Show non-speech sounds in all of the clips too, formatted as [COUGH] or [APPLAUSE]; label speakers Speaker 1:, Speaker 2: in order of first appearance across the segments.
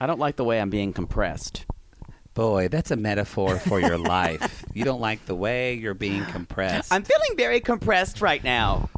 Speaker 1: I don't like the way I'm being compressed.
Speaker 2: Boy, that's a metaphor for your life. You don't like the way you're being compressed.
Speaker 1: I'm feeling very compressed right now.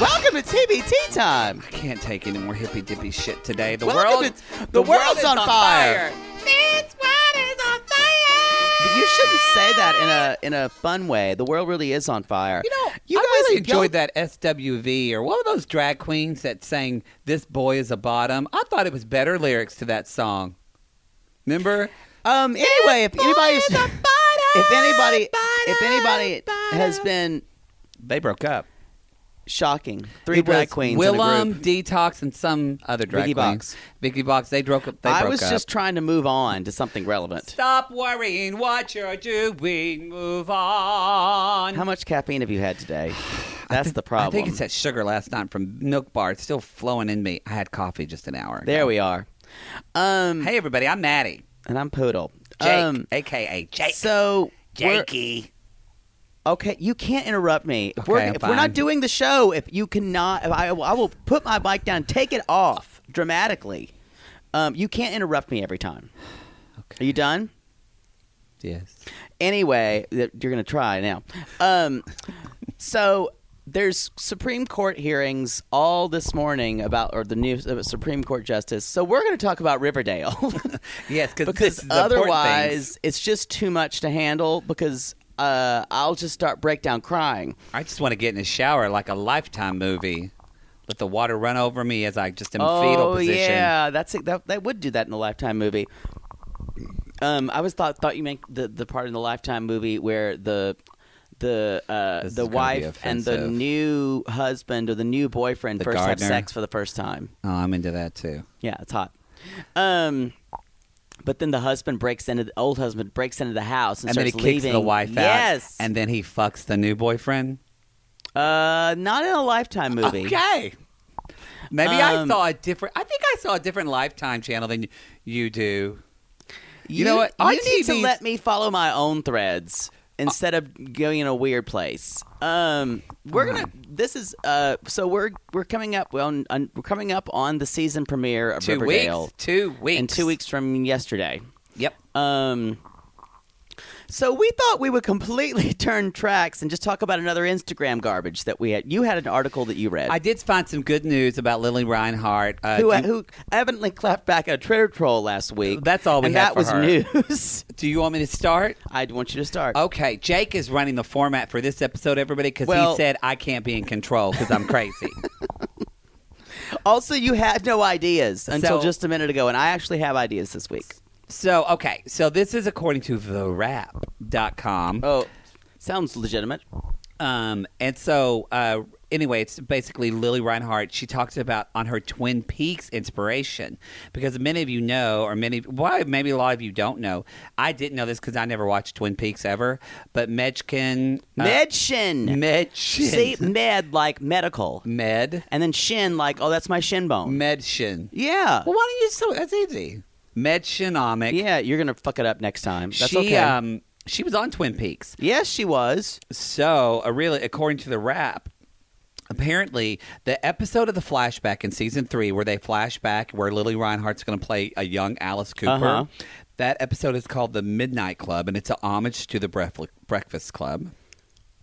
Speaker 1: Welcome to TBT time.
Speaker 2: I can't take any more hippy dippy shit today. The
Speaker 1: Welcome
Speaker 2: world,
Speaker 1: to- the world's
Speaker 2: is
Speaker 1: on fire.
Speaker 2: This world is on fire.
Speaker 1: But you shouldn't say that in a in a fun way. The world really is on fire.
Speaker 2: You know,
Speaker 1: you
Speaker 2: I
Speaker 1: guys
Speaker 2: really
Speaker 1: y'all-
Speaker 2: enjoyed that SWV or what were those drag queens that sang "This Boy Is a Bottom"? I thought it was better lyrics to that song. Remember?
Speaker 1: Um. Anyway, if anybody's if anybody if anybody has been
Speaker 2: They broke up.
Speaker 1: shocking, three
Speaker 2: It was
Speaker 1: drag queens
Speaker 2: Willem,
Speaker 1: in a group.
Speaker 2: Detox, and some other drag
Speaker 1: Vicky
Speaker 2: queen.
Speaker 1: Box.
Speaker 2: Vicky Box. They broke up. They
Speaker 1: I
Speaker 2: broke
Speaker 1: was
Speaker 2: up.
Speaker 1: just trying to move on to something relevant.
Speaker 2: Stop worrying what you're doing. Move on.
Speaker 1: How much caffeine have you had today? That's the problem.
Speaker 2: [SIGHS] I think it's that sugar last night from Milk Bar. It's still flowing in me. I had coffee just an hour.
Speaker 1: there
Speaker 2: ago.
Speaker 1: we are. Um,
Speaker 2: Hey everybody, I'm Maddie.
Speaker 1: and I'm Poodle.
Speaker 2: Jake,
Speaker 1: um,
Speaker 2: aka Jake.
Speaker 1: so we're-
Speaker 2: Jakey.
Speaker 1: Okay, you can't interrupt me. If,
Speaker 2: Okay,
Speaker 1: we're,
Speaker 2: I'm
Speaker 1: if we're not
Speaker 2: fine.
Speaker 1: doing the show, if you cannot, if I, I will put my bike down, take it off dramatically. Um, you can't interrupt me every time.
Speaker 2: Okay.
Speaker 1: Are you done?
Speaker 2: Yes.
Speaker 1: Anyway, th- you're going to try now. Um, so there's Supreme Court hearings all this morning about, or the news of a Supreme Court justice. So we're going to talk about Riverdale. [LAUGHS]
Speaker 2: Yes, cause this
Speaker 1: because
Speaker 2: is the important things.
Speaker 1: otherwise it's just too much to handle because uh, I'll just start breakdown crying.
Speaker 2: I just want to get in a shower like a lifetime movie. Let the water run over me as I just am fetal
Speaker 1: oh
Speaker 2: position.
Speaker 1: yeah, that's it. That, that would do that in a Lifetime movie. Um, I was thought thought you meant the the part in the Lifetime movie where the the uh,
Speaker 2: This
Speaker 1: the
Speaker 2: is gonna be
Speaker 1: wife and the
Speaker 2: offensive.
Speaker 1: new husband or the new boyfriend
Speaker 2: The
Speaker 1: first
Speaker 2: gardener.
Speaker 1: have sex for the first time.
Speaker 2: Oh, I'm into that too.
Speaker 1: Yeah, it's hot. Um, but then the husband breaks into the old husband breaks into the house and,
Speaker 2: And then
Speaker 1: starts
Speaker 2: he kicks
Speaker 1: leaving
Speaker 2: the wife out.
Speaker 1: Yes,
Speaker 2: And then he fucks the new boyfriend.
Speaker 1: Uh, not in a
Speaker 2: [LAUGHS]
Speaker 1: Lifetime movie.
Speaker 2: Okay. Maybe I
Speaker 1: Um,
Speaker 2: saw a different. I think I saw a different Lifetime channel than y- you do. You know what?
Speaker 1: You
Speaker 2: Our
Speaker 1: need to
Speaker 2: TVs
Speaker 1: let me follow my own threads instead of going in a weird place. Um, we're gonna. This is uh. So we're we're coming up on, on we're coming up on the season premiere of
Speaker 2: two
Speaker 1: Riverdale
Speaker 2: weeks. Two weeks.
Speaker 1: in two weeks from yesterday.
Speaker 2: Yep.
Speaker 1: Um. So we thought we would completely [LAUGHS] turn tracks and just talk about another Instagram garbage that we had. You had an article that you read.
Speaker 2: I did find some good news about Lily Reinhart. Uh,
Speaker 1: who,
Speaker 2: do,
Speaker 1: who evidently clapped back at a Twitter troll last week.
Speaker 2: That's all we
Speaker 1: and
Speaker 2: had
Speaker 1: that
Speaker 2: for
Speaker 1: was
Speaker 2: her. Oh,
Speaker 1: news. [LAUGHS]
Speaker 2: do you want me to start?
Speaker 1: I want you to start.
Speaker 2: Okay, Jake is running the format for this episode, everybody, because
Speaker 1: Well-
Speaker 2: he said I can't be in control because
Speaker 1: [LAUGHS]
Speaker 2: I'm crazy.
Speaker 1: Also, you had no ideas until
Speaker 2: So-
Speaker 1: just a minute ago, and I actually have ideas this week.
Speaker 2: so, okay, so this is according to therap.com.
Speaker 1: Oh, sounds legitimate.
Speaker 2: Um, and so, uh, anyway, it's basically Lily Reinhart. She talks about on her Twin Peaks inspiration because many of you know, or many, why maybe a lot of you don't know. I didn't know this because I never watched Twin Peaks ever. But Medchkin, uh,
Speaker 1: Med shin.
Speaker 2: Med,
Speaker 1: See, [LAUGHS] med like medical,
Speaker 2: Med,
Speaker 1: and then shin like oh, that's my shin bone.
Speaker 2: Medchin.
Speaker 1: yeah,
Speaker 2: Well, why don't you? So that's easy. Medchinomic.
Speaker 1: yeah, you're gonna fuck it up next time. That's
Speaker 2: she,
Speaker 1: okay.
Speaker 2: Um, she was on Twin Peaks.
Speaker 1: yes, she was.
Speaker 2: So, uh, really, according to the rap, apparently the episode of the flashback in season three, where they flash back, where Lily Reinhart's going to play a young Alice Cooper.
Speaker 1: Uh-huh.
Speaker 2: That episode is called The Midnight Club, and it's a homage to the Bref- Breakfast Club.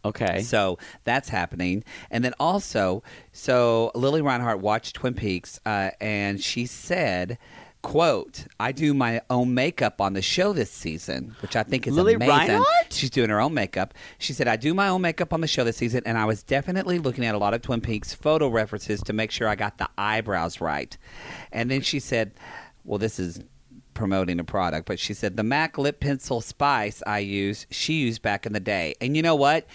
Speaker 1: Okay.
Speaker 2: So that's happening. And then also, so Lily Reinhart watched Twin Peaks uh, and she said, quote, I do my own makeup on the show this season, which I think is
Speaker 1: Lily
Speaker 2: amazing.
Speaker 1: Reinhart?
Speaker 2: She's doing her own makeup. She said, I do my own makeup on the show this season, and I was definitely looking at a lot of Twin Peaks photo references to make sure I got the eyebrows right. And then she said, Well, this is promoting a product, but she said, The MAC lip pencil spice I use, she used back in the day. And you know what?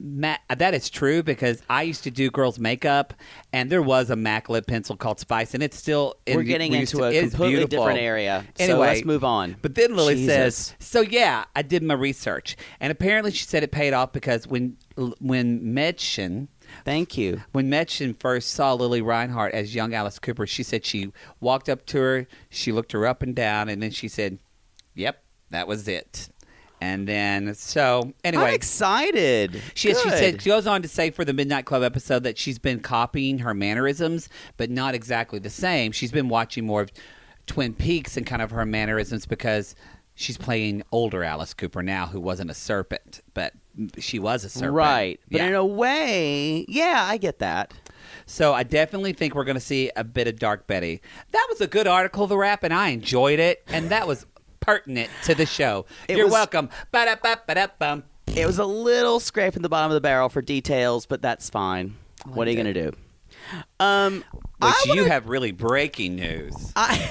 Speaker 2: Matt, that is true because I used to do girls' makeup, and there was a MAC lip pencil called Spice, and it's still. in-
Speaker 1: We're getting
Speaker 2: we used
Speaker 1: into
Speaker 2: to-
Speaker 1: a
Speaker 2: it is
Speaker 1: completely
Speaker 2: beautiful.
Speaker 1: different area. so
Speaker 2: Anyway,
Speaker 1: let's move on.
Speaker 2: But then Lily
Speaker 1: Jesus.
Speaker 2: says, "So yeah, I did my research, and apparently she said it paid off because when when Medchin
Speaker 1: "Thank you."
Speaker 2: when Medchin first saw Lily Reinhart as young Alice Cooper, she said she walked up to her, she looked her up and down, and then she said, "Yep, that was it." And then, so
Speaker 1: I'm
Speaker 2: anyway,
Speaker 1: excited.
Speaker 2: she, she said
Speaker 1: Good.
Speaker 2: she goes on to say for the Midnight Club episode that she's been copying her mannerisms, but not exactly the same. She's been watching more of Twin Peaks and kind of her mannerisms because she's playing older Alice Cooper now, who wasn't a serpent, but she was a serpent,
Speaker 1: right. But
Speaker 2: Yeah.
Speaker 1: in a way, yeah, I get that.
Speaker 2: So I definitely think we're going to see a bit of Dark Betty. That was a good article, The Wrap, and I enjoyed it. And that was pertinent to the show.
Speaker 1: It
Speaker 2: You're
Speaker 1: was-
Speaker 2: welcome. Ba-da-ba-ba-da-bum.
Speaker 1: It was a little scrape in the bottom of the barrel for details, but that's fine. What are you going to do? Um,
Speaker 2: Which
Speaker 1: I
Speaker 2: you
Speaker 1: wanna-
Speaker 2: have really breaking news.
Speaker 1: I,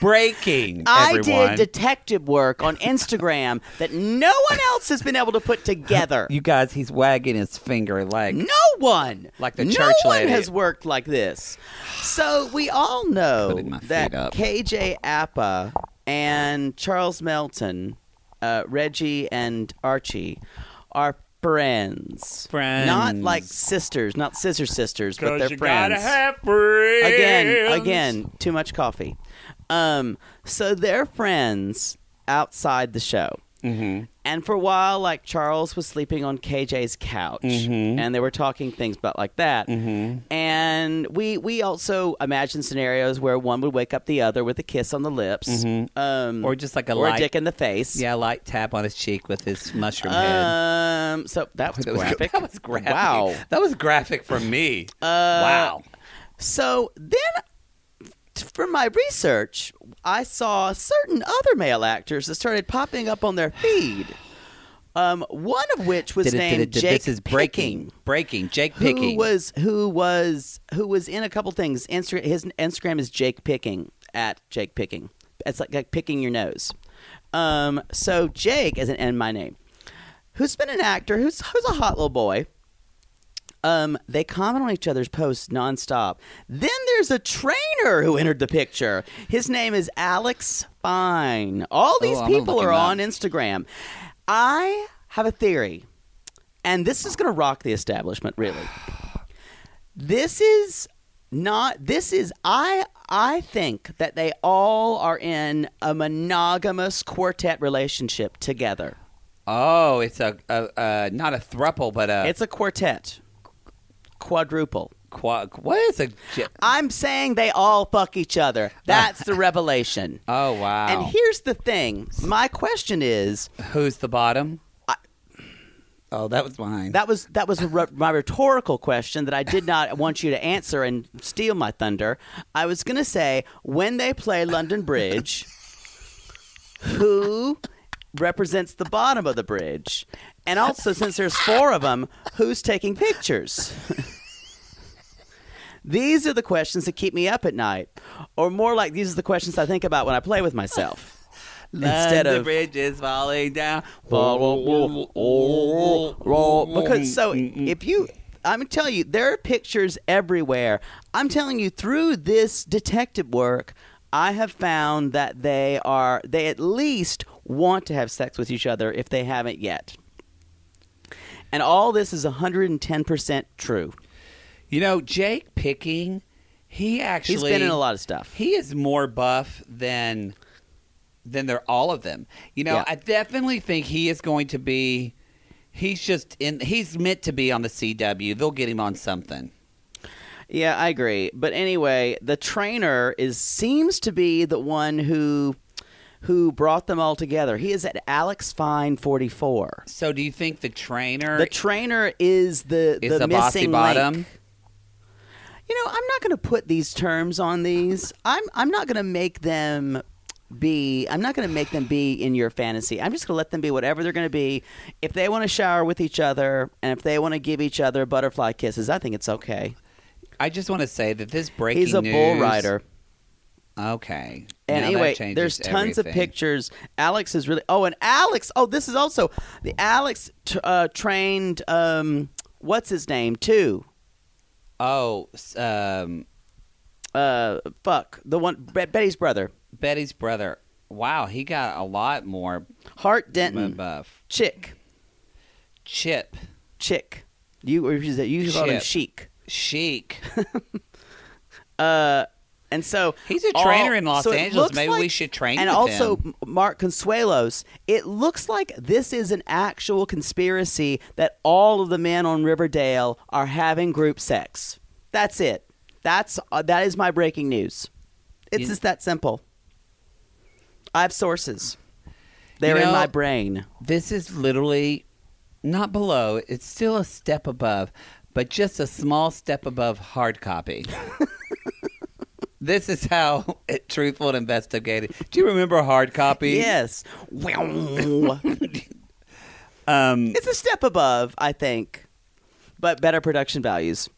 Speaker 2: Breaking,
Speaker 1: [LAUGHS] I
Speaker 2: everyone.
Speaker 1: did detective work on Instagram that no one else has been able to put together.
Speaker 2: you guys, he's wagging his finger like,
Speaker 1: No one,
Speaker 2: Like the
Speaker 1: no
Speaker 2: church
Speaker 1: one
Speaker 2: lady.
Speaker 1: has worked like this. So we all know
Speaker 2: Putting my feet
Speaker 1: that
Speaker 2: up.
Speaker 1: KJ Appa and Charles Melton, uh, Reggie and Archie, are friends.
Speaker 2: Friends.
Speaker 1: not like sisters, not scissor sisters, but they're
Speaker 2: you
Speaker 1: friends.
Speaker 2: gotta have friends.
Speaker 1: Again, again, too much coffee. Um, so they're friends outside the show.
Speaker 2: Mm-hmm.
Speaker 1: And for a while, like Charles was sleeping on KJ's couch,
Speaker 2: Mhm.
Speaker 1: and they were talking things about like that.
Speaker 2: Mhm.
Speaker 1: And we we also imagined scenarios where one would wake up the other with a kiss on the lips,
Speaker 2: Mhm.
Speaker 1: um,
Speaker 2: Or just like a
Speaker 1: or a
Speaker 2: light,
Speaker 1: dick in the face.
Speaker 2: yeah, light tap on his cheek with his mushroom head.
Speaker 1: Um. So that Uh, was
Speaker 2: [LAUGHS] That was,
Speaker 1: graphic.
Speaker 2: that was graphic.
Speaker 1: Wow.
Speaker 2: That was graphic for me.
Speaker 1: Uh,
Speaker 2: wow.
Speaker 1: So then, t- for my research, I saw certain other male actors that started popping up on their feed. Um, one of which was
Speaker 2: Did it- did
Speaker 1: named
Speaker 2: it- did-
Speaker 1: Jake
Speaker 2: This is breaking.
Speaker 1: Picking,
Speaker 2: Breaking. Jake
Speaker 1: who
Speaker 2: Picking.
Speaker 1: was who was who was in a couple things. Insta- his Instagram is Jake Picking at Jake Picking. It's like, like picking your nose. Um, so Jake is an and my name, who's been an actor who's who's a hot little boy. Um, they comment on each other's posts nonstop. Then there's a trainer who entered the picture. His name is Alex Fine. All these
Speaker 2: Oh, I'm gonna
Speaker 1: people
Speaker 2: look him
Speaker 1: are
Speaker 2: up.
Speaker 1: on Instagram. I have a theory, and this is going to rock the establishment, really. This is not. This is I. I think that they all are in a monogamous quartet relationship together.
Speaker 2: Oh, it's a, a, a not a thruple, but a
Speaker 1: It's a quartet, quadruple.
Speaker 2: quad. What is a? j-
Speaker 1: I'm saying they all fuck each other. That's the revelation.
Speaker 2: Oh wow.
Speaker 1: And here's the thing. My question is
Speaker 2: Who's the bottom?
Speaker 1: I-
Speaker 2: oh, that was mine.
Speaker 1: that was that was a re- my rhetorical question that I did not want you to answer and steal my thunder. I was going to say when they play London Bridge, who represents the bottom of the bridge? And also since there's four of them, who's taking pictures? These are the questions that keep me up at night, or more like these are the questions I think about when I play with myself. instead
Speaker 2: Love the
Speaker 1: of-
Speaker 2: bridge is falling down. oh,
Speaker 1: because so if you i'm telling you there are pictures everywhere i'm telling you through this detective work i have found that they are they at least want to have sex with each other if they haven't yet and all this is 110% true
Speaker 2: you know Jake Picking, he actually
Speaker 1: he's been in a lot of stuff
Speaker 2: He is more buff than than they're all of them. You know,
Speaker 1: Yeah.
Speaker 2: I definitely think he is going to be. He's just in. He's meant to be on the CW. They'll get him on something.
Speaker 1: yeah i agree but anyway the trainer is seems to be the one who who brought them all together he is at alex fine 44
Speaker 2: So, do you think the trainer
Speaker 1: The trainer is the
Speaker 2: is
Speaker 1: the,
Speaker 2: the, bossy
Speaker 1: missing
Speaker 2: bottom?
Speaker 1: link. You know, I'm not going to put these terms on these. I'm I'm not going to make them be. I'm not going to make them be in your fantasy. I'm just going to let them be whatever they're going to be. If they want to shower with each other and if they want to give each other butterfly kisses, I think it's okay.
Speaker 2: I just want to say that this breaking
Speaker 1: He's a bull
Speaker 2: news-
Speaker 1: rider.
Speaker 2: Okay.
Speaker 1: And
Speaker 2: Now that
Speaker 1: anyway,
Speaker 2: changes
Speaker 1: there's tons of
Speaker 2: everything.
Speaker 1: pictures. Alex is really. Oh, and Alex. Oh, this is also the Alex t- uh, trained. Um, what's his name too?
Speaker 2: Oh, s- um,
Speaker 1: uh fuck the one Be- Betty's brother
Speaker 2: Betty's brother. Wow, he got a lot more
Speaker 1: Hart Denton
Speaker 2: buff.
Speaker 1: chick
Speaker 2: Chip,
Speaker 1: chick you or is it- you usually call him
Speaker 2: Chip.
Speaker 1: chic
Speaker 2: chic.
Speaker 1: uh And so
Speaker 2: He's a [LAUGHS]
Speaker 1: all-
Speaker 2: trainer in Los
Speaker 1: so it
Speaker 2: Angeles.
Speaker 1: looks
Speaker 2: Maybe
Speaker 1: like-
Speaker 2: we should train
Speaker 1: And
Speaker 2: with
Speaker 1: also
Speaker 2: him.
Speaker 1: M- Mark Consuelos. It looks like this is an actual conspiracy that all of the men on Riverdale are having group sex. That's it. That's uh, that is my breaking news. It's
Speaker 2: You-
Speaker 1: just that simple. I have sources. They're
Speaker 2: know-
Speaker 1: in my brain.
Speaker 2: This is literally not below. It's still a step above, but just a small step above hard [LAUGHS] copy. this is how [LAUGHS] it, truthful and investigated. Do you remember hard copy?
Speaker 1: Yes. Wow.
Speaker 2: Um,
Speaker 1: it's a step above, I think, but better production values.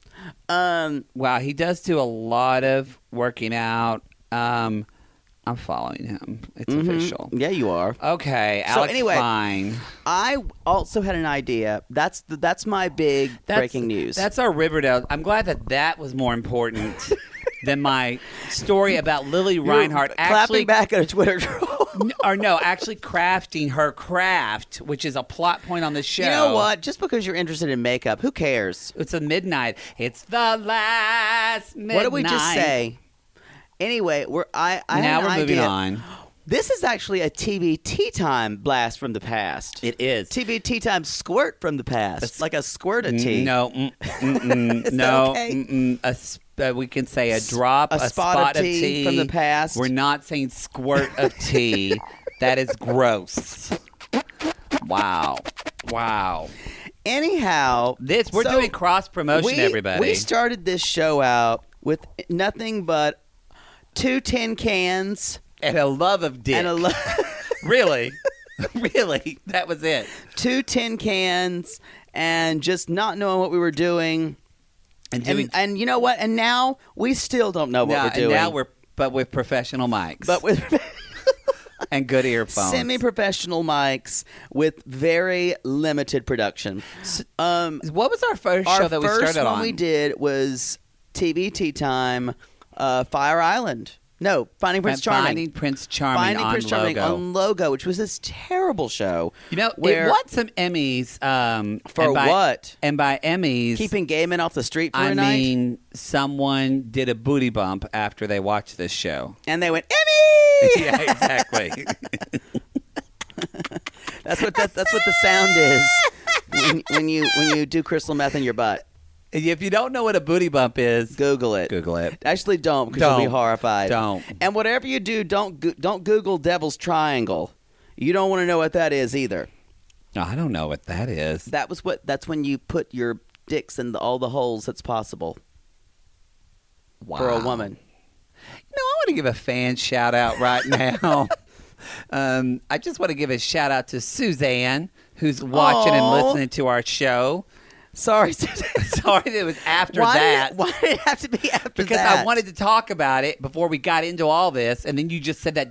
Speaker 1: Um,
Speaker 2: wow, he does do a lot of working out. Um, I'm following him. It's
Speaker 1: mhm.
Speaker 2: official.
Speaker 1: Yeah, you are.
Speaker 2: Okay,
Speaker 1: So
Speaker 2: Alex
Speaker 1: anyway,
Speaker 2: Fine.
Speaker 1: I also had an idea. That's th- that's my big breaking news.
Speaker 2: That's our Riverdale. I'm glad that that was
Speaker 1: [LAUGHS]
Speaker 2: more important than my story about Lily
Speaker 1: You're
Speaker 2: Reinhardt actually
Speaker 1: clapping back at a Twitter
Speaker 2: [LAUGHS]
Speaker 1: troll.
Speaker 2: or no, actually crafting her craft, which is a plot point on the show.
Speaker 1: you know what? Just because you're interested in makeup, who cares?
Speaker 2: It's a midnight. It's the last midnight.
Speaker 1: What did we just say? Anyway, we're I, I had
Speaker 2: now
Speaker 1: an
Speaker 2: we're moving
Speaker 1: idea.
Speaker 2: on.
Speaker 1: This is actually a TBT time blast from the past.
Speaker 2: It is.
Speaker 1: TBT time squirt from the past,
Speaker 2: That's-
Speaker 1: like a squirt of tea.
Speaker 2: Mm, No, mm, mm,
Speaker 1: [LAUGHS]
Speaker 2: mm, no.
Speaker 1: okay?
Speaker 2: mm, mm. A sp- uh, we can say a drop,
Speaker 1: a spot of tea from the past.
Speaker 2: We're not saying squirt of
Speaker 1: [LAUGHS]
Speaker 2: tea. that is gross. Wow, wow.
Speaker 1: Anyhow,
Speaker 2: This we're
Speaker 1: So,
Speaker 2: doing cross promotion,
Speaker 1: we,
Speaker 2: everybody.
Speaker 1: We started this show out with nothing but two tin cans
Speaker 2: and a love of dick.
Speaker 1: and a lo-
Speaker 2: [LAUGHS]
Speaker 1: [LAUGHS]
Speaker 2: really, [LAUGHS] really, that was it.
Speaker 1: two tin cans and just not knowing what we were doing.
Speaker 2: And
Speaker 1: And,
Speaker 2: doing
Speaker 1: and you know what? And now we still don't know what
Speaker 2: now,
Speaker 1: we're doing.
Speaker 2: And now we're but with professional mics,
Speaker 1: but
Speaker 2: [LAUGHS]
Speaker 1: with
Speaker 2: and good earphones.
Speaker 1: semi-professional mics with very limited production. Um,
Speaker 2: what was our first
Speaker 1: our
Speaker 2: show that we
Speaker 1: first
Speaker 2: started
Speaker 1: one
Speaker 2: on?
Speaker 1: we did was TBT time, uh, Fire Island. No, Finding Prince Charming.
Speaker 2: Finding Prince Charming
Speaker 1: Finding
Speaker 2: on
Speaker 1: Prince Charming
Speaker 2: logo.
Speaker 1: on Logo, which was this terrible show.
Speaker 2: You know,
Speaker 1: where-
Speaker 2: it won some Emmys. Um,
Speaker 1: For
Speaker 2: and by,
Speaker 1: what?
Speaker 2: And by Emmys,
Speaker 1: Keeping gay men off the street for a
Speaker 2: I
Speaker 1: night.
Speaker 2: mean someone did a booty bump after they watched
Speaker 1: [LAUGHS]
Speaker 2: this show.
Speaker 1: And they went, Emmy!
Speaker 2: yeah,
Speaker 1: [LAUGHS]
Speaker 2: exactly.
Speaker 1: That's what that, that's what the sound is when, when you when you do crystal meth in your butt.
Speaker 2: And if you don't know what a booty bump is,
Speaker 1: Google it.
Speaker 2: Google it.
Speaker 1: Actually, don't because you'll
Speaker 2: Don't.
Speaker 1: be horrified.
Speaker 2: Don't.
Speaker 1: And whatever you do, don't go- don't Google Devil's Triangle. You don't want to know what that is either.
Speaker 2: I don't know what that is.
Speaker 1: That was what. That's when you put your dicks in the, all the holes that's possible
Speaker 2: Wow.
Speaker 1: for a woman.
Speaker 2: You know, I want to give a fan shout out
Speaker 1: [LAUGHS]
Speaker 2: right now. um, I just want to give a shout out to Suzanne, who's watching
Speaker 1: Aw.
Speaker 2: and listening to
Speaker 1: [LAUGHS]
Speaker 2: our show.
Speaker 1: Sorry, Suzanne.
Speaker 2: Sorry, that it was
Speaker 1: [LAUGHS]
Speaker 2: after
Speaker 1: why
Speaker 2: that.
Speaker 1: Did it, why did it have to be after
Speaker 2: because
Speaker 1: that?
Speaker 2: I wanted to talk about it before we got into all this, and then you just said that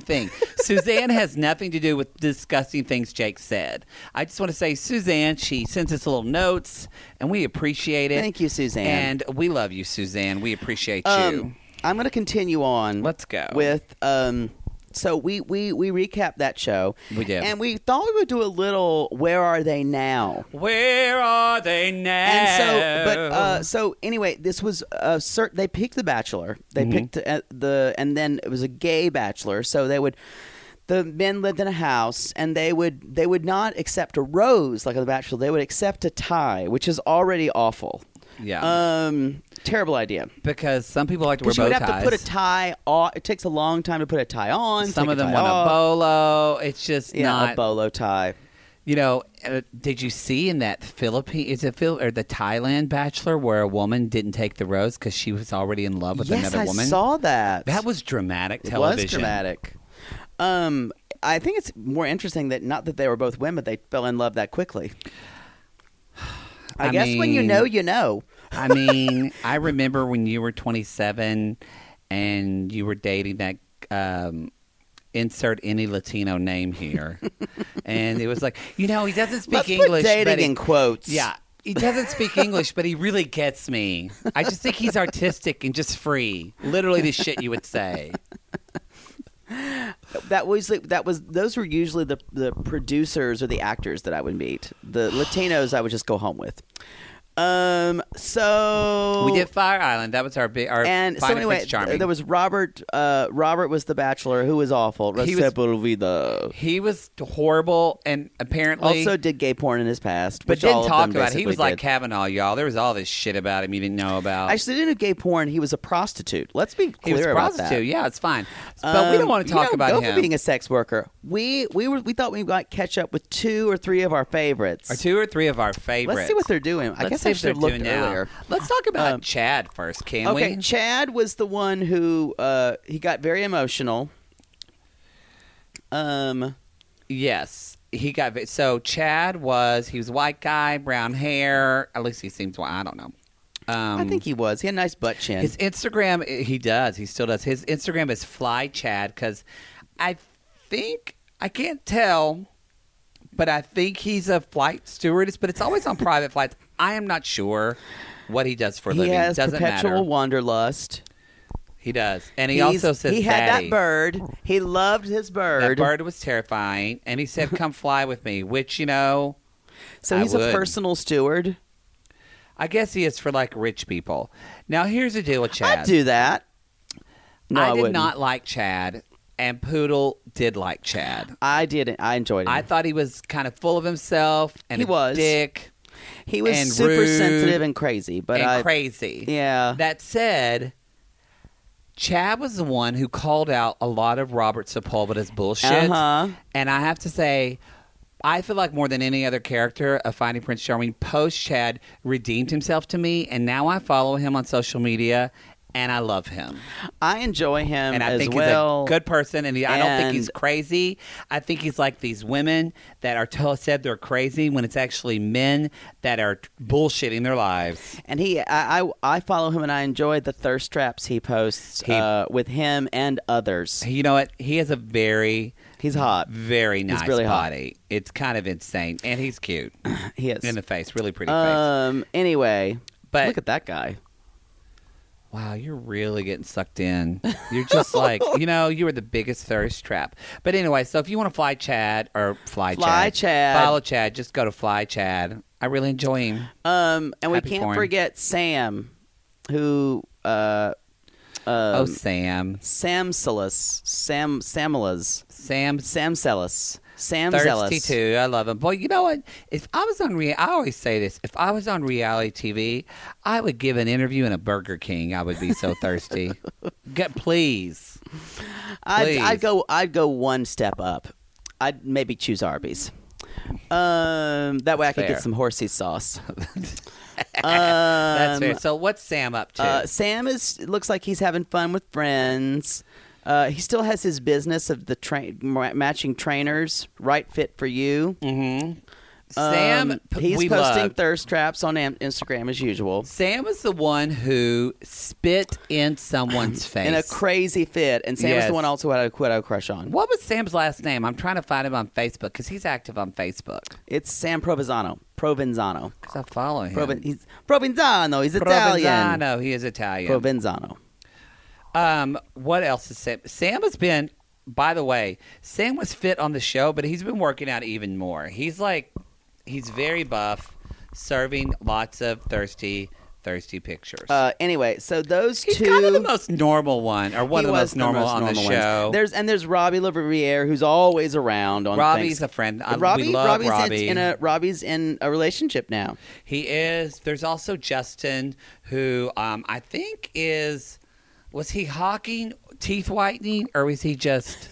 Speaker 1: [LAUGHS]
Speaker 2: thing. Suzanne has nothing to do with disgusting things Jake said. I just want to say, Suzanne, she sends us little notes, and we appreciate it.
Speaker 1: Thank you, Suzanne.
Speaker 2: And we love you, Suzanne. We appreciate you.
Speaker 1: um, I'm going to continue on.
Speaker 2: Let's go.
Speaker 1: with um. So we we we recapped that show.
Speaker 2: We did.
Speaker 1: and we thought we would do a little. Where are they now?
Speaker 2: Where are they now?
Speaker 1: And so, but
Speaker 2: Oh.
Speaker 1: uh, so anyway, this was a cert. They picked the Bachelor.
Speaker 2: Mm-hmm.
Speaker 1: They picked uh, the, and then it was a gay Bachelor. So they would, the men lived in a house, and they would they would not accept a rose like on the Bachelor. They would accept a tie, which is already awful.
Speaker 2: yeah,
Speaker 1: Um, terrible idea.
Speaker 2: because some people like to wear
Speaker 1: Because you
Speaker 2: bow
Speaker 1: would
Speaker 2: ties.
Speaker 1: have to put a tie on. It takes a long time to put a tie on.
Speaker 2: some
Speaker 1: take
Speaker 2: of them
Speaker 1: tie
Speaker 2: want
Speaker 1: off.
Speaker 2: a bolo. It's just
Speaker 1: Oh. Yeah,
Speaker 2: not
Speaker 1: a bolo tie.
Speaker 2: You know, uh, did you see in that Philippine is it Phil or the Thailand Bachelor where a woman didn't take the rose because she was already in love with
Speaker 1: yes,
Speaker 2: another
Speaker 1: I
Speaker 2: woman?
Speaker 1: saw that.
Speaker 2: that was dramatic
Speaker 1: It
Speaker 2: television.
Speaker 1: was dramatic. Um, I think it's more interesting that not that they were both women, they fell in love that quickly. I,
Speaker 2: I
Speaker 1: guess when you
Speaker 2: mean-
Speaker 1: know, you know.
Speaker 2: I mean, I remember when you were 27 and you were dating that. Um, Insert any Latino name here, and it was like you know he doesn't speak
Speaker 1: Let's put
Speaker 2: English.
Speaker 1: dating
Speaker 2: but he-
Speaker 1: in quotes.
Speaker 2: Yeah. He doesn't speak English, but he really gets me. I just think he's artistic and just free. Literally the shit you would say.
Speaker 1: that was that was those were usually
Speaker 2: [SIGHS]
Speaker 1: the the producers or the actors that I would meet. The Latinos I would just go home with. Um. So
Speaker 2: We did Fire Island. That was our big, our
Speaker 1: And so
Speaker 2: Final
Speaker 1: anyway,
Speaker 2: Prince Charming.
Speaker 1: th- there was Robert. Uh, Robert was the bachelor who was awful.
Speaker 2: He was-
Speaker 1: Reciprocal vida.
Speaker 2: he was horrible, and apparently,
Speaker 1: also did gay porn in his past,
Speaker 2: but
Speaker 1: which all
Speaker 2: didn't
Speaker 1: of
Speaker 2: talk
Speaker 1: them
Speaker 2: about. it. He
Speaker 1: basically
Speaker 2: was like
Speaker 1: did.
Speaker 2: Kavanaugh, y'all. There was all this shit about him you didn't know about.
Speaker 1: Actually, they didn't do gay porn. He was a prostitute. Let's be
Speaker 2: he
Speaker 1: clear
Speaker 2: was a
Speaker 1: about
Speaker 2: prostitute.
Speaker 1: that.
Speaker 2: Yeah, it's fine, but we don't
Speaker 1: Um,
Speaker 2: want to
Speaker 1: you
Speaker 2: talk
Speaker 1: know,
Speaker 2: about
Speaker 1: go
Speaker 2: him.
Speaker 1: for being a sex worker. We we were we thought we might catch up with two or three of our favorites.
Speaker 2: or two or three of our favorites.
Speaker 1: Let's see what they're doing. I
Speaker 2: Let's
Speaker 1: guess
Speaker 2: see
Speaker 1: I
Speaker 2: if
Speaker 1: should have
Speaker 2: they're
Speaker 1: looked
Speaker 2: doing now.
Speaker 1: earlier.
Speaker 2: Let's talk about
Speaker 1: Um,
Speaker 2: Chad first, can
Speaker 1: Okay,
Speaker 2: we?
Speaker 1: Chad was the one who uh, he got very emotional. Um,
Speaker 2: Yes, he got vi- so Chad was he was a white guy, brown hair. At least he seems white. I don't know. Um,
Speaker 1: I think he was. He had a nice butt chin.
Speaker 2: His Instagram, i- he does. He still does. His Instagram is Fly Chad because I think I can't tell, but I think he's a flight stewardess. But it's
Speaker 1: [LAUGHS]
Speaker 2: always on private flights. I am not sure what he does for a
Speaker 1: he
Speaker 2: living.
Speaker 1: has
Speaker 2: Doesn't
Speaker 1: perpetual
Speaker 2: matter.
Speaker 1: wanderlust.
Speaker 2: He does, and he
Speaker 1: He's-
Speaker 2: also says
Speaker 1: he had
Speaker 2: Daddy.
Speaker 1: that bird. He loved his
Speaker 2: That
Speaker 1: bird.
Speaker 2: bird was terrifying, and he said,
Speaker 1: [LAUGHS]
Speaker 2: "Come fly with me," which you know.
Speaker 1: so
Speaker 2: I
Speaker 1: he's
Speaker 2: would.
Speaker 1: a personal steward.
Speaker 2: I guess he is for like rich people. Now here's the deal with Chad.
Speaker 1: I'd do that. No, I,
Speaker 2: I did
Speaker 1: wouldn't.
Speaker 2: not like Chad, and Poodle did like Chad.
Speaker 1: I didn't. I enjoyed it.
Speaker 2: I thought he was kind of full of himself and
Speaker 1: He
Speaker 2: a
Speaker 1: was.
Speaker 2: dick
Speaker 1: he was
Speaker 2: and
Speaker 1: super
Speaker 2: rude
Speaker 1: sensitive and crazy, but
Speaker 2: and
Speaker 1: I
Speaker 2: crazy.
Speaker 1: yeah.
Speaker 2: That said, Chad was the one who called out a lot of Robert Sepulveda's bullshit.
Speaker 1: Uh-huh.
Speaker 2: And I have to say, I feel like more than any other character of Finding Prince Charming, post Chad redeemed himself to me, and now I follow him on social media, and I love him,
Speaker 1: I enjoy him
Speaker 2: and I
Speaker 1: as
Speaker 2: think
Speaker 1: well.
Speaker 2: he's a good person, and he, I don't think he's
Speaker 1: And-
Speaker 2: crazy. I think he's like these women that are tell said they're crazy when it's actually men that are bullshitting their lives.
Speaker 1: and he, I, I, I follow him, and I enjoy the thirst traps he posts
Speaker 2: He-
Speaker 1: uh, with him and others.
Speaker 2: You know what? He has a very
Speaker 1: He's hot.
Speaker 2: very nice
Speaker 1: really hot.
Speaker 2: body. It's kind of insane, and
Speaker 1: [CLEARS THROAT]
Speaker 2: he's cute
Speaker 1: He is.
Speaker 2: in the face, really pretty face.
Speaker 1: Um. Anyway,
Speaker 2: But-
Speaker 1: look at that guy.
Speaker 2: Wow, you're really getting sucked in. You're
Speaker 1: [LAUGHS]
Speaker 2: just like, you know, you were the biggest thirst trap. But anyway, so if you want to fly Chad or fly,
Speaker 1: Fly
Speaker 2: Chad,
Speaker 1: Chad.
Speaker 2: follow Chad, just go to fly Chad. I really enjoy him.
Speaker 1: Um. And we
Speaker 2: Happy for
Speaker 1: can't
Speaker 2: him.
Speaker 1: forget Sam, who uh,
Speaker 2: oh,
Speaker 1: uh,
Speaker 2: Sam,
Speaker 1: Sam Salas, Sam Samalas,
Speaker 2: Sam's
Speaker 1: Sam Salas, Sam
Speaker 2: thirsty
Speaker 1: Zealous.
Speaker 2: too. I love him. Boy, you know what? If I was on reality, I always say this. If I was on reality TV, I would give an interview in a Burger King. I would be so
Speaker 1: [LAUGHS]
Speaker 2: thirsty. Get please.
Speaker 1: I'd,
Speaker 2: Please.
Speaker 1: I'd go. I'd go one step up. I'd maybe choose Arby's. Um, that way I could
Speaker 2: Fair.
Speaker 1: get some horsey sauce.
Speaker 2: [LAUGHS] That's
Speaker 1: Um,
Speaker 2: fair. So what's Sam up to?
Speaker 1: Uh, Sam is looks like he's having fun with friends. Uh, he still has his business of the tra- ma- matching trainers, right fit for you.
Speaker 2: hmm Sam,
Speaker 1: Um,
Speaker 2: p-
Speaker 1: he's
Speaker 2: we
Speaker 1: posting
Speaker 2: loved.
Speaker 1: thirst traps on Am- Instagram as usual
Speaker 2: Sam was the one who spit in someone's face.
Speaker 1: [CLEARS THROAT] in a crazy fit. And Sam is
Speaker 2: Yes.
Speaker 1: the one also who I had a quid crush on.
Speaker 2: what was Sam's last name? I'm trying to find him on Facebook because he's active on Facebook.
Speaker 1: It's Sam Provenzano. Provenzano.
Speaker 2: Because I follow him.
Speaker 1: Proven- he's Provenzano. He's Italian.
Speaker 2: Provenzano. He is Italian.
Speaker 1: Provenzano.
Speaker 2: um, what else is Sam? Sam has been. By the way, Sam was fit on the show, but he's been working out even more. He's like, he's very buff, serving lots of thirsty, thirsty pictures.
Speaker 1: Uh, anyway, so those
Speaker 2: He's
Speaker 1: two.
Speaker 2: kind of the most normal one, or one
Speaker 1: he
Speaker 2: of the
Speaker 1: was
Speaker 2: most normal on
Speaker 1: normal
Speaker 2: the
Speaker 1: ones.
Speaker 2: show.
Speaker 1: There's and there's Robbie Laviviere, who's always around on
Speaker 2: Robbie's
Speaker 1: things.
Speaker 2: a friend. I,
Speaker 1: Robbie,
Speaker 2: we love
Speaker 1: Robbie's in-
Speaker 2: Robbie.
Speaker 1: in a Robbie's in a relationship now.
Speaker 2: he is. There's also Justin, who um, I think is. Was he hawking teeth whitening, or was he just?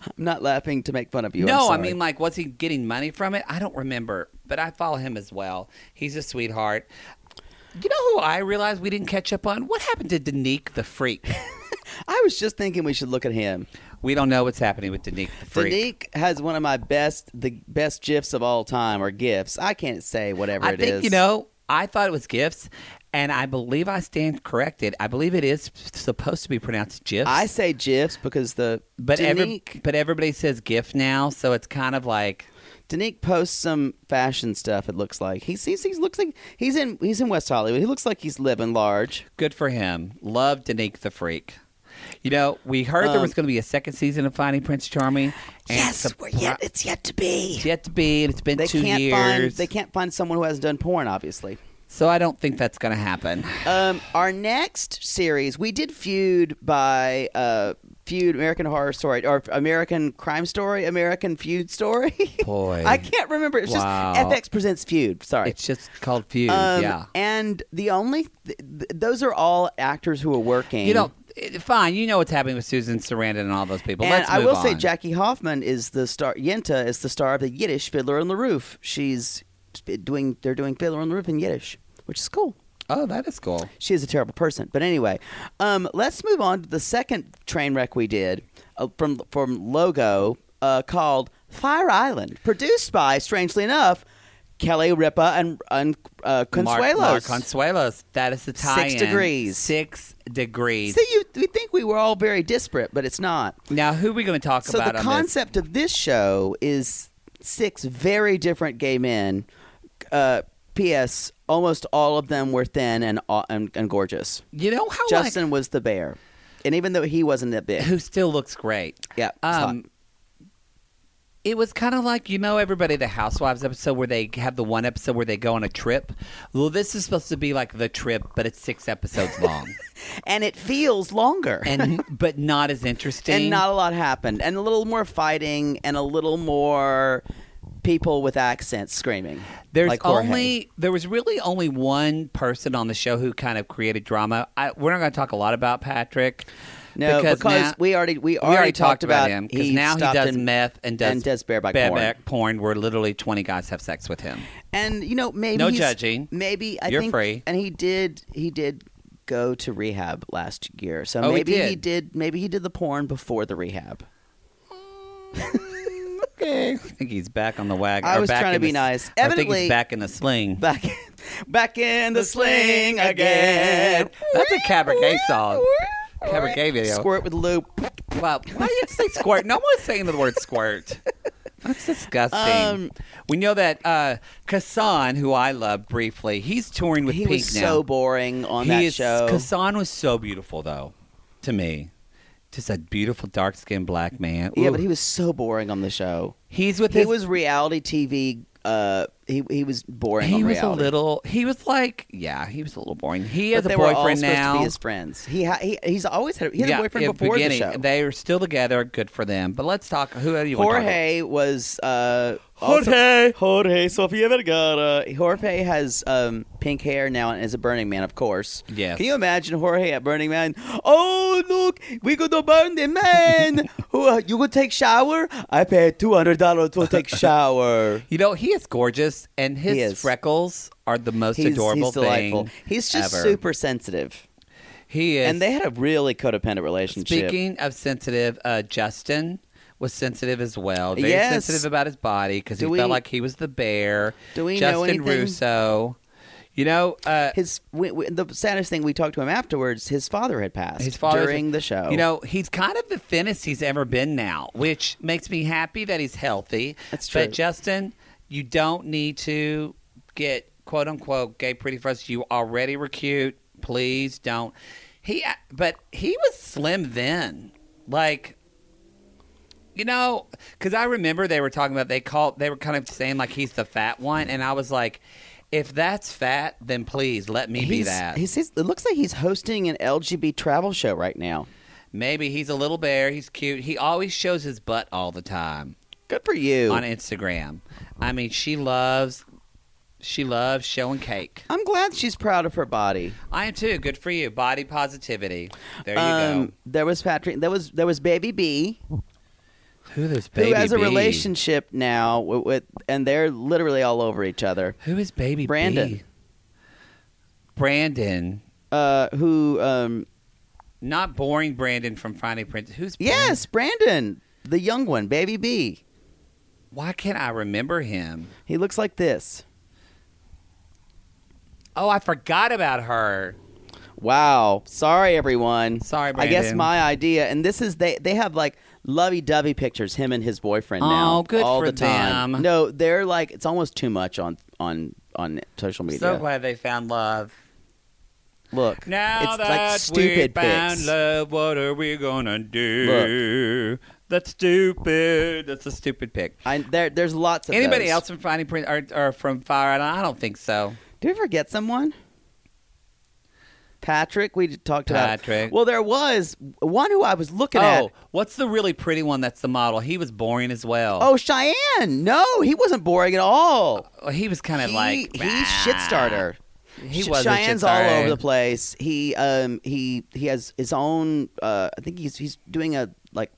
Speaker 1: I'm not laughing to make fun of you. I'm
Speaker 2: no, I
Speaker 1: sorry.
Speaker 2: mean, like, was he getting money from it? I don't remember, but I follow him as well. He's a sweetheart. You know who I realized we didn't catch up on? What happened to Danique the
Speaker 1: [LAUGHS]
Speaker 2: Freak?
Speaker 1: I was just thinking we should look at him.
Speaker 2: we don't know what's happening with Danique the Freak.
Speaker 1: Danique has one of my best the best gifs of all time or gifs. I can't say whatever
Speaker 2: I
Speaker 1: it
Speaker 2: think
Speaker 1: is.
Speaker 2: you know. I thought it was gifts, and I believe I stand corrected. I believe it is supposed to be pronounced gifs.
Speaker 1: I say gifs because the
Speaker 2: but every,
Speaker 1: Danique,
Speaker 2: but everybody says gif now, so it's kind of like
Speaker 1: Danique posts some fashion stuff. It looks like he sees he looks like he's in he's in West Hollywood. He looks like he's living large.
Speaker 2: good for him. Love Danique the freak. You know, we heard there
Speaker 1: Um,
Speaker 2: was going to be a second season of Finding Prince Charming. and
Speaker 1: yes,
Speaker 2: surpri-
Speaker 1: we're yet, it's yet to be.
Speaker 2: it's yet to be, and it's been
Speaker 1: They
Speaker 2: 2
Speaker 1: can't
Speaker 2: years.
Speaker 1: find they can't find someone who hasn't done porn, obviously.
Speaker 2: So I don't think that's going to happen.
Speaker 1: Um, our next series, we did Feud by uh, Feud American Horror Story or American Crime Story, American Feud Story. [LAUGHS]
Speaker 2: Boy.
Speaker 1: I can't remember. It's
Speaker 2: Wow.
Speaker 1: just FX presents Feud. Sorry.
Speaker 2: It's just called Fuse.
Speaker 1: Um,
Speaker 2: yeah.
Speaker 1: And the only th- th- those are all actors who are working.
Speaker 2: You know, it- fine. You know what's happening with Susan Sarandon and all those people.
Speaker 1: and
Speaker 2: Let's
Speaker 1: I
Speaker 2: move
Speaker 1: will say
Speaker 2: on.
Speaker 1: Jackie Hoffman is the star. Yenta is the star of the Yiddish Fiddler on the Roof. She's doing. They're doing Fiddler on the Roof in Yiddish, which is cool.
Speaker 2: Oh, that is cool.
Speaker 1: She is a terrible person. But anyway, um, let's move on to the second train wreck we did uh, from from Logo uh, called Fire Island, produced by, strangely enough, Kelly Ripa and, and uh, Consuelos.
Speaker 2: Mark, Mark Consuelos. That is the tie-in.
Speaker 1: degrees.
Speaker 2: Six degrees.
Speaker 1: See, you, we think we were all very disparate, but it's not.
Speaker 2: Now, who are we going to talk
Speaker 1: So
Speaker 2: about?
Speaker 1: the
Speaker 2: on this?
Speaker 1: concept of this show is six very different gay men. Uh, P.S. Almost all of them were thin and and, and gorgeous.
Speaker 2: You know how Oh, like-
Speaker 1: Justin was the bear, and even though he wasn't that big,
Speaker 2: who still looks great.
Speaker 1: yeah, it's hot.
Speaker 2: Um, it was kind of like you know everybody the Housewives episode where they have the one episode where they go on a trip. Well, this is supposed to be like the trip, but it's six episodes
Speaker 1: [LAUGHS]
Speaker 2: long,
Speaker 1: and it feels longer,
Speaker 2: and but not as interesting.
Speaker 1: And not a lot happened, and a little more fighting, and a little more people with accents screaming.
Speaker 2: There's
Speaker 1: like Jorge.
Speaker 2: only there was really only one person on the show who kind of created drama. I, we're not going to talk a lot about Patrick.
Speaker 1: no because,
Speaker 2: now-
Speaker 1: we already we
Speaker 2: we
Speaker 1: already, talked, about,
Speaker 2: him
Speaker 1: he
Speaker 2: now he
Speaker 1: stopped
Speaker 2: does
Speaker 1: and-
Speaker 2: meth and does
Speaker 1: and does bareback porn.
Speaker 2: porn. where literally twenty guys have sex with him.
Speaker 1: And you know, maybe
Speaker 2: No
Speaker 1: he's-
Speaker 2: judging.
Speaker 1: Maybe I
Speaker 2: You're
Speaker 1: think,
Speaker 2: free.
Speaker 1: And he did. He did go to rehab last year, so
Speaker 2: Oh, he
Speaker 1: maybe
Speaker 2: did.
Speaker 1: he did. Maybe he did the porn before the rehab.
Speaker 2: Okay, I think he's back on the wagon.
Speaker 1: Mm, I
Speaker 2: or
Speaker 1: was
Speaker 2: back
Speaker 1: trying to
Speaker 2: in
Speaker 1: be
Speaker 2: the,
Speaker 1: nice.
Speaker 2: I think
Speaker 1: Evidently-
Speaker 2: he's back in the sling.
Speaker 1: Back, [LAUGHS] back in the sling again.
Speaker 2: That's a cabaret song. Cabaret video.
Speaker 1: Squirt with loop.
Speaker 2: Well, why do you have to say squirt? No one's saying the word squirt. That's disgusting.
Speaker 1: Um,
Speaker 2: we know that uh, Kassan, who I love briefly, he's touring with
Speaker 1: He
Speaker 2: Pink
Speaker 1: was
Speaker 2: now.
Speaker 1: so boring on
Speaker 2: he
Speaker 1: that
Speaker 2: is,
Speaker 1: show.
Speaker 2: Kassan was so beautiful, though, to me. Just a beautiful, dark-skinned black man.
Speaker 1: yeah,
Speaker 2: Ooh.
Speaker 1: but he was so boring on the show.
Speaker 2: he's with
Speaker 1: He
Speaker 2: his.
Speaker 1: was reality TV. Uh, he he was boring.
Speaker 2: he
Speaker 1: on
Speaker 2: was
Speaker 1: reality.
Speaker 2: a little. He was like, yeah, he was a little boring. He
Speaker 1: But
Speaker 2: has a
Speaker 1: they were all
Speaker 2: boyfriend
Speaker 1: supposed
Speaker 2: now.
Speaker 1: To be his friends. He, ha- he he's always had a, he had
Speaker 2: yeah,
Speaker 1: a boyfriend
Speaker 2: in
Speaker 1: before
Speaker 2: beginning,
Speaker 1: the show.
Speaker 2: They are still together. Good for them. But let's talk. Who do you want to talk
Speaker 1: Jorge was uh, also-
Speaker 2: Jorge.
Speaker 1: Jorge Sofia Vergara. Jorge has um, pink hair now and is a Burning Man, of course.
Speaker 2: Yes.
Speaker 1: Can you imagine Jorge at Burning Man? Oh look, we go to Burning
Speaker 2: [LAUGHS]
Speaker 1: Man. Who uh, you go take shower? I pay two hundred dollars to
Speaker 2: [LAUGHS]
Speaker 1: take shower.
Speaker 2: You know, he is gorgeous, and
Speaker 1: He
Speaker 2: his
Speaker 1: is.
Speaker 2: freckles are the most
Speaker 1: He's,
Speaker 2: adorable
Speaker 1: he's delightful.
Speaker 2: thing.
Speaker 1: He's just
Speaker 2: ever.
Speaker 1: super sensitive,
Speaker 2: He is.
Speaker 1: and they had a really codependent relationship.
Speaker 2: speaking of sensitive, uh, Justin was sensitive as well. Very
Speaker 1: Yes.
Speaker 2: sensitive about his body because he
Speaker 1: Do
Speaker 2: felt
Speaker 1: we-
Speaker 2: like he was the bear.
Speaker 1: Do we know
Speaker 2: Justin
Speaker 1: anything?
Speaker 2: Russo. You know, uh,
Speaker 1: his we, we, the saddest thing we talked to him afterwards his father had passed
Speaker 2: His father
Speaker 1: during the show
Speaker 2: You know, he's kind of the thinnest he's ever been now, which makes me happy that he's healthy.
Speaker 1: That's true.
Speaker 2: But Justin, you don't need to get quote unquote gay pretty for us. You already were cute. Please don't. He, uh, but he was slim then, like. You know, because I remember they were talking about they called they were kind of saying like he's the fat one, and I was like, if that's fat, then please let me be
Speaker 1: he's,
Speaker 2: that.
Speaker 1: he's, he's- it looks like he's hosting an lgb travel show right now
Speaker 2: Maybe he's a little bear. He's cute. He always shows his butt all the time
Speaker 1: good for you
Speaker 2: on Instagram. I mean, she loves she loves showing cake.
Speaker 1: i'm glad she's proud of her body
Speaker 2: I am too. Good for you. Body positivity. There you go.
Speaker 1: Um, there was patrick there was there was baby b
Speaker 2: Who this
Speaker 1: who has a relationship now with, with and they're literally all over each other
Speaker 2: Who is baby
Speaker 1: Brandon.
Speaker 2: B? Brandon.
Speaker 1: uh who um
Speaker 2: Not boring Brandon from Friday Prince. Who's
Speaker 1: yes brandon the young one baby b
Speaker 2: Brandon? Why can't I remember him?
Speaker 1: he looks like this
Speaker 2: Oh, I forgot about her.
Speaker 1: Wow. Sorry, everyone.
Speaker 2: Sorry,
Speaker 1: I guess
Speaker 2: Brandon.
Speaker 1: my idea, and this is they they have like lovey-dovey pictures, him and his boyfriend now,
Speaker 2: Oh, good
Speaker 1: all
Speaker 2: for
Speaker 1: the time.
Speaker 2: them.
Speaker 1: No, they're like it's almost too much on on on social media.
Speaker 2: So glad they found love.
Speaker 1: Look,
Speaker 2: Now
Speaker 1: it's
Speaker 2: that
Speaker 1: like
Speaker 2: we
Speaker 1: stupid
Speaker 2: found
Speaker 1: bits.
Speaker 2: love, what are we gonna do? That's stupid. That's a stupid pick.
Speaker 1: I, there, there's lots of
Speaker 2: Anybody
Speaker 1: those.
Speaker 2: else from Finding Prin or, or from Fire Island? I don't think so.
Speaker 1: Did we forget someone? Patrick, we talked about.
Speaker 2: Patrick.
Speaker 1: Well, there was one who I was looking at.
Speaker 2: Oh, what's the really pretty one? That's the model. He was boring as well.
Speaker 1: Oh, Cheyenne. No, he wasn't boring at all.
Speaker 2: Oh, he was kind of
Speaker 1: he,
Speaker 2: like
Speaker 1: he shit starter.
Speaker 2: He
Speaker 1: Sh-
Speaker 2: was a
Speaker 1: Cheyenne's all
Speaker 2: shit-starter.
Speaker 1: over the place. He um he he has his own. Uh, I think he's he's doing a like.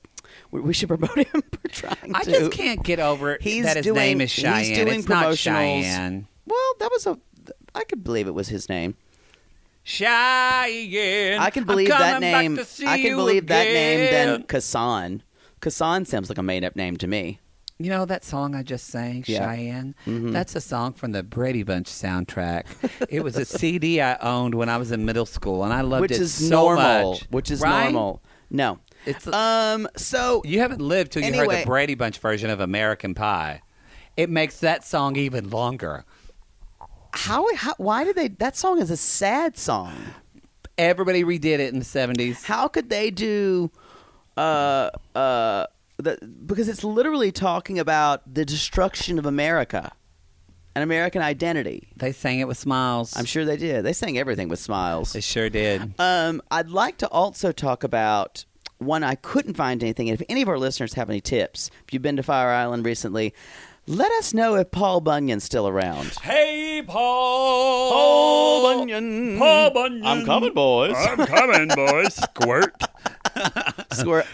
Speaker 1: We, we should promote [LAUGHS] him for trying
Speaker 2: I
Speaker 1: to.
Speaker 2: just can't get over
Speaker 1: He's
Speaker 2: that his
Speaker 1: doing-
Speaker 2: name is
Speaker 1: he's
Speaker 2: Cheyenne.
Speaker 1: doing
Speaker 2: it's not
Speaker 1: promotionals.
Speaker 2: Cheyenne.
Speaker 1: Well, that was a. I could believe it was his name.
Speaker 2: Cheyenne.
Speaker 1: I can
Speaker 2: I'm
Speaker 1: believe that
Speaker 2: coming back
Speaker 1: name.
Speaker 2: to see
Speaker 1: I can
Speaker 2: you
Speaker 1: believe that name than
Speaker 2: again.
Speaker 1: Kassan. Kassan sounds like a made up name to me.
Speaker 2: You know that song I just sang,
Speaker 1: Yeah.
Speaker 2: Cheyenne?
Speaker 1: Mhm.
Speaker 2: That's a song from the Brady Bunch soundtrack. it
Speaker 1: [LAUGHS]
Speaker 2: was a CD I owned when I was in middle school, and I loved
Speaker 1: which
Speaker 2: it
Speaker 1: is
Speaker 2: so
Speaker 1: normal.
Speaker 2: much.
Speaker 1: Which is
Speaker 2: Right?
Speaker 1: normal. No.
Speaker 2: It's
Speaker 1: Um. So
Speaker 2: you haven't lived till you heard
Speaker 1: anyway.
Speaker 2: the Brady Bunch version of American Pie. It makes that song even longer.
Speaker 1: how, how? Why did they? That song is a sad song.
Speaker 2: Everybody redid it in the seventies.
Speaker 1: How could they do? Uh. Uh. The, because it's literally talking about the destruction of America, and American identity.
Speaker 2: They sang it with smiles.
Speaker 1: I'm sure they did. They sang everything with smiles.
Speaker 2: they sure did.
Speaker 1: Um, I'd like to also talk about one I couldn't find anything. And if any of our listeners have any tips, if you've been to Fire Island recently, let us know if Paul Bunyan's still around.
Speaker 2: Hey, Paul.
Speaker 1: Bunyan,
Speaker 2: Paul Bunyan. I'm coming,
Speaker 1: boys.
Speaker 2: I'm coming,
Speaker 1: [LAUGHS]
Speaker 2: boys. Squirt.
Speaker 1: Squirt.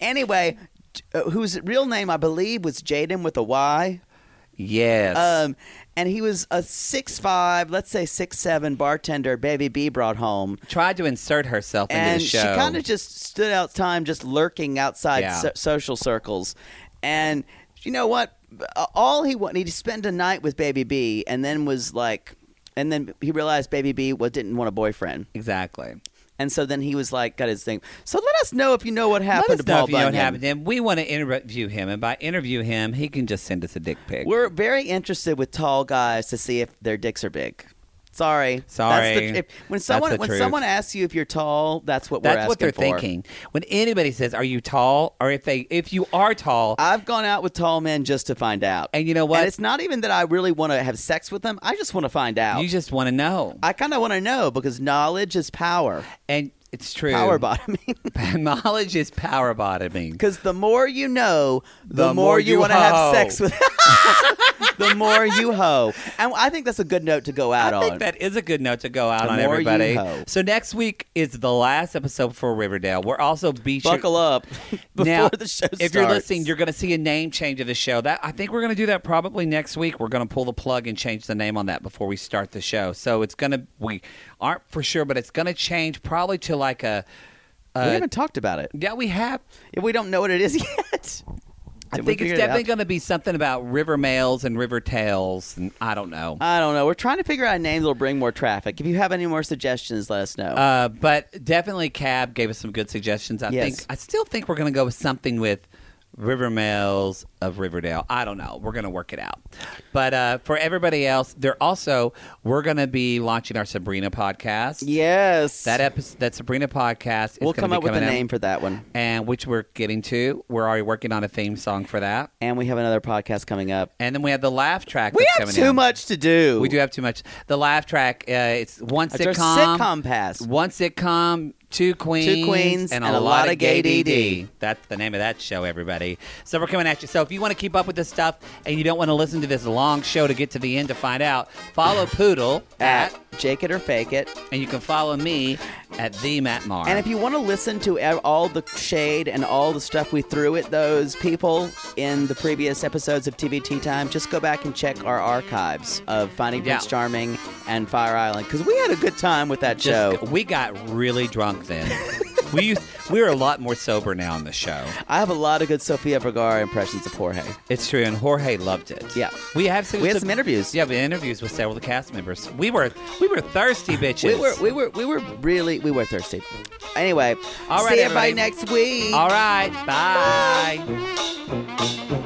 Speaker 1: anyway, t- uh, whose real name I believe was Jaden with a Y.
Speaker 2: Yes.
Speaker 1: Um, and he was a six five, let's say six seven bartender. Baby B brought home.
Speaker 2: tried to insert herself into
Speaker 1: and
Speaker 2: the show.
Speaker 1: she kind of just stood out time just lurking outside
Speaker 2: Yeah.
Speaker 1: so- social circles and you know what Uh, all he wanted he'd spend a night with baby b and then was like and then he realized baby b wa- didn't want a boyfriend
Speaker 2: exactly.
Speaker 1: and so then he was like got his thing so let us know if you know what happened
Speaker 2: Let us
Speaker 1: to
Speaker 2: know
Speaker 1: paul
Speaker 2: if you know what
Speaker 1: Bunyan.
Speaker 2: happened to him. We want to interview him, and by interview him, he can just send us a dick pic.
Speaker 1: we're very interested with tall guys to see if their dicks are big Sorry. That's the-
Speaker 2: Sorry.
Speaker 1: if- when
Speaker 2: That's
Speaker 1: someone
Speaker 2: the
Speaker 1: when
Speaker 2: truth.
Speaker 1: someone asks you if you're tall, that's what we're
Speaker 2: That's
Speaker 1: asking
Speaker 2: what they're
Speaker 1: for.
Speaker 2: thinking. When anybody says, "Are you tall?" or if they, if you are tall,
Speaker 1: I've gone out with tall men just to find out.
Speaker 2: and you know
Speaker 1: And
Speaker 2: what,
Speaker 1: it's not even that I really want to have sex with them. I just want to find out.
Speaker 2: you just want to know,
Speaker 1: I kind of want to know because knowledge is power.
Speaker 2: and it's true. [LAUGHS]
Speaker 1: Power bottoming.
Speaker 2: Knowledge is power bottoming.
Speaker 1: Because the more you know, the,
Speaker 2: The
Speaker 1: more,
Speaker 2: more
Speaker 1: you
Speaker 2: you
Speaker 1: want to have
Speaker 2: hoe.
Speaker 1: sex with. [LAUGHS] the more you hoe, and I think that's a good note to go out
Speaker 2: I
Speaker 1: on.
Speaker 2: think that is a good note to go out
Speaker 1: The
Speaker 2: on
Speaker 1: more
Speaker 2: everybody.
Speaker 1: you hoe.
Speaker 2: So next week is the last episode for Riverdale. We're also beach.
Speaker 1: Buckle
Speaker 2: [LAUGHS]
Speaker 1: up [LAUGHS] before
Speaker 2: now,
Speaker 1: the show starts.
Speaker 2: If you're listening, you're going to see a name change of the show. That I think we're going to do that probably next week. We're going to pull the plug and change the name on that before we start the show. So it's going to we aren't for sure, but it's going to change probably to like a.
Speaker 1: we
Speaker 2: a
Speaker 1: haven't talked about it.
Speaker 2: yeah, we have.
Speaker 1: If we don't know what it is [LAUGHS] yet,
Speaker 2: I
Speaker 1: Did we
Speaker 2: think
Speaker 1: figure
Speaker 2: it's
Speaker 1: it
Speaker 2: definitely
Speaker 1: out?
Speaker 2: going to be something about river males and river tails, and I don't know.
Speaker 1: I don't know. We're trying to figure out a name that'll bring more traffic. If you have any more suggestions, let us know.
Speaker 2: Uh, but definitely, Cab gave us some good suggestions. I
Speaker 1: Yes.
Speaker 2: think I still think we're going to go with something with River Males of Riverdale. I don't know. We're going to work it out. But uh, for everybody else, they're also we're going to be launching our Sabrina podcast.
Speaker 1: yes,
Speaker 2: That episode, that Sabrina podcast. Is
Speaker 1: we'll
Speaker 2: gonna
Speaker 1: come
Speaker 2: be
Speaker 1: up with a
Speaker 2: coming out,
Speaker 1: name for that one.
Speaker 2: and which we're getting to. We're already working on a theme song for that,
Speaker 1: And we have another podcast coming up.
Speaker 2: and then we have the laugh track.
Speaker 1: We have
Speaker 2: that's coming
Speaker 1: too
Speaker 2: out.
Speaker 1: much to do.
Speaker 2: We do have too much. The laugh track. Uh, it's one
Speaker 1: That's our
Speaker 2: sitcom.
Speaker 1: sitcom pass.
Speaker 2: One sitcom, two queens,
Speaker 1: queens,
Speaker 2: and,
Speaker 1: and
Speaker 2: a lot, of gay DD. That's the name of that show, everybody. So we're coming at you. So if you want to keep up with this stuff and you don't want to listen to this long show to get to the end to find
Speaker 1: [LAUGHS]
Speaker 2: out, follow Poodle
Speaker 1: at
Speaker 2: at,
Speaker 1: Jake It or Fake It.
Speaker 2: and you can follow me at the Matt Mar.
Speaker 1: And if you want to listen to ev- all the shade and all the stuff we threw at those people in the previous episodes of TBT Time, just go back and check our archives of Finding
Speaker 2: Yeah.
Speaker 1: Prince Charming and Fire Island because we had a good time with that show.
Speaker 2: just, we got really drunk
Speaker 1: [LAUGHS]
Speaker 2: then. we used, we're a lot more sober now on the show.
Speaker 1: I have a lot of good Sofia Vergara impressions of Jorge.
Speaker 2: It's true, and Jorge loved it.
Speaker 1: Yeah.
Speaker 2: we have some.
Speaker 1: We had some interviews.
Speaker 2: Yeah, we had interviews with several of the cast members. We were we were thirsty bitches.
Speaker 1: We were, we were, we were really, we were thirsty. Anyway,
Speaker 2: All right,
Speaker 1: see everybody
Speaker 2: everybody.
Speaker 1: next week.
Speaker 2: All right, bye.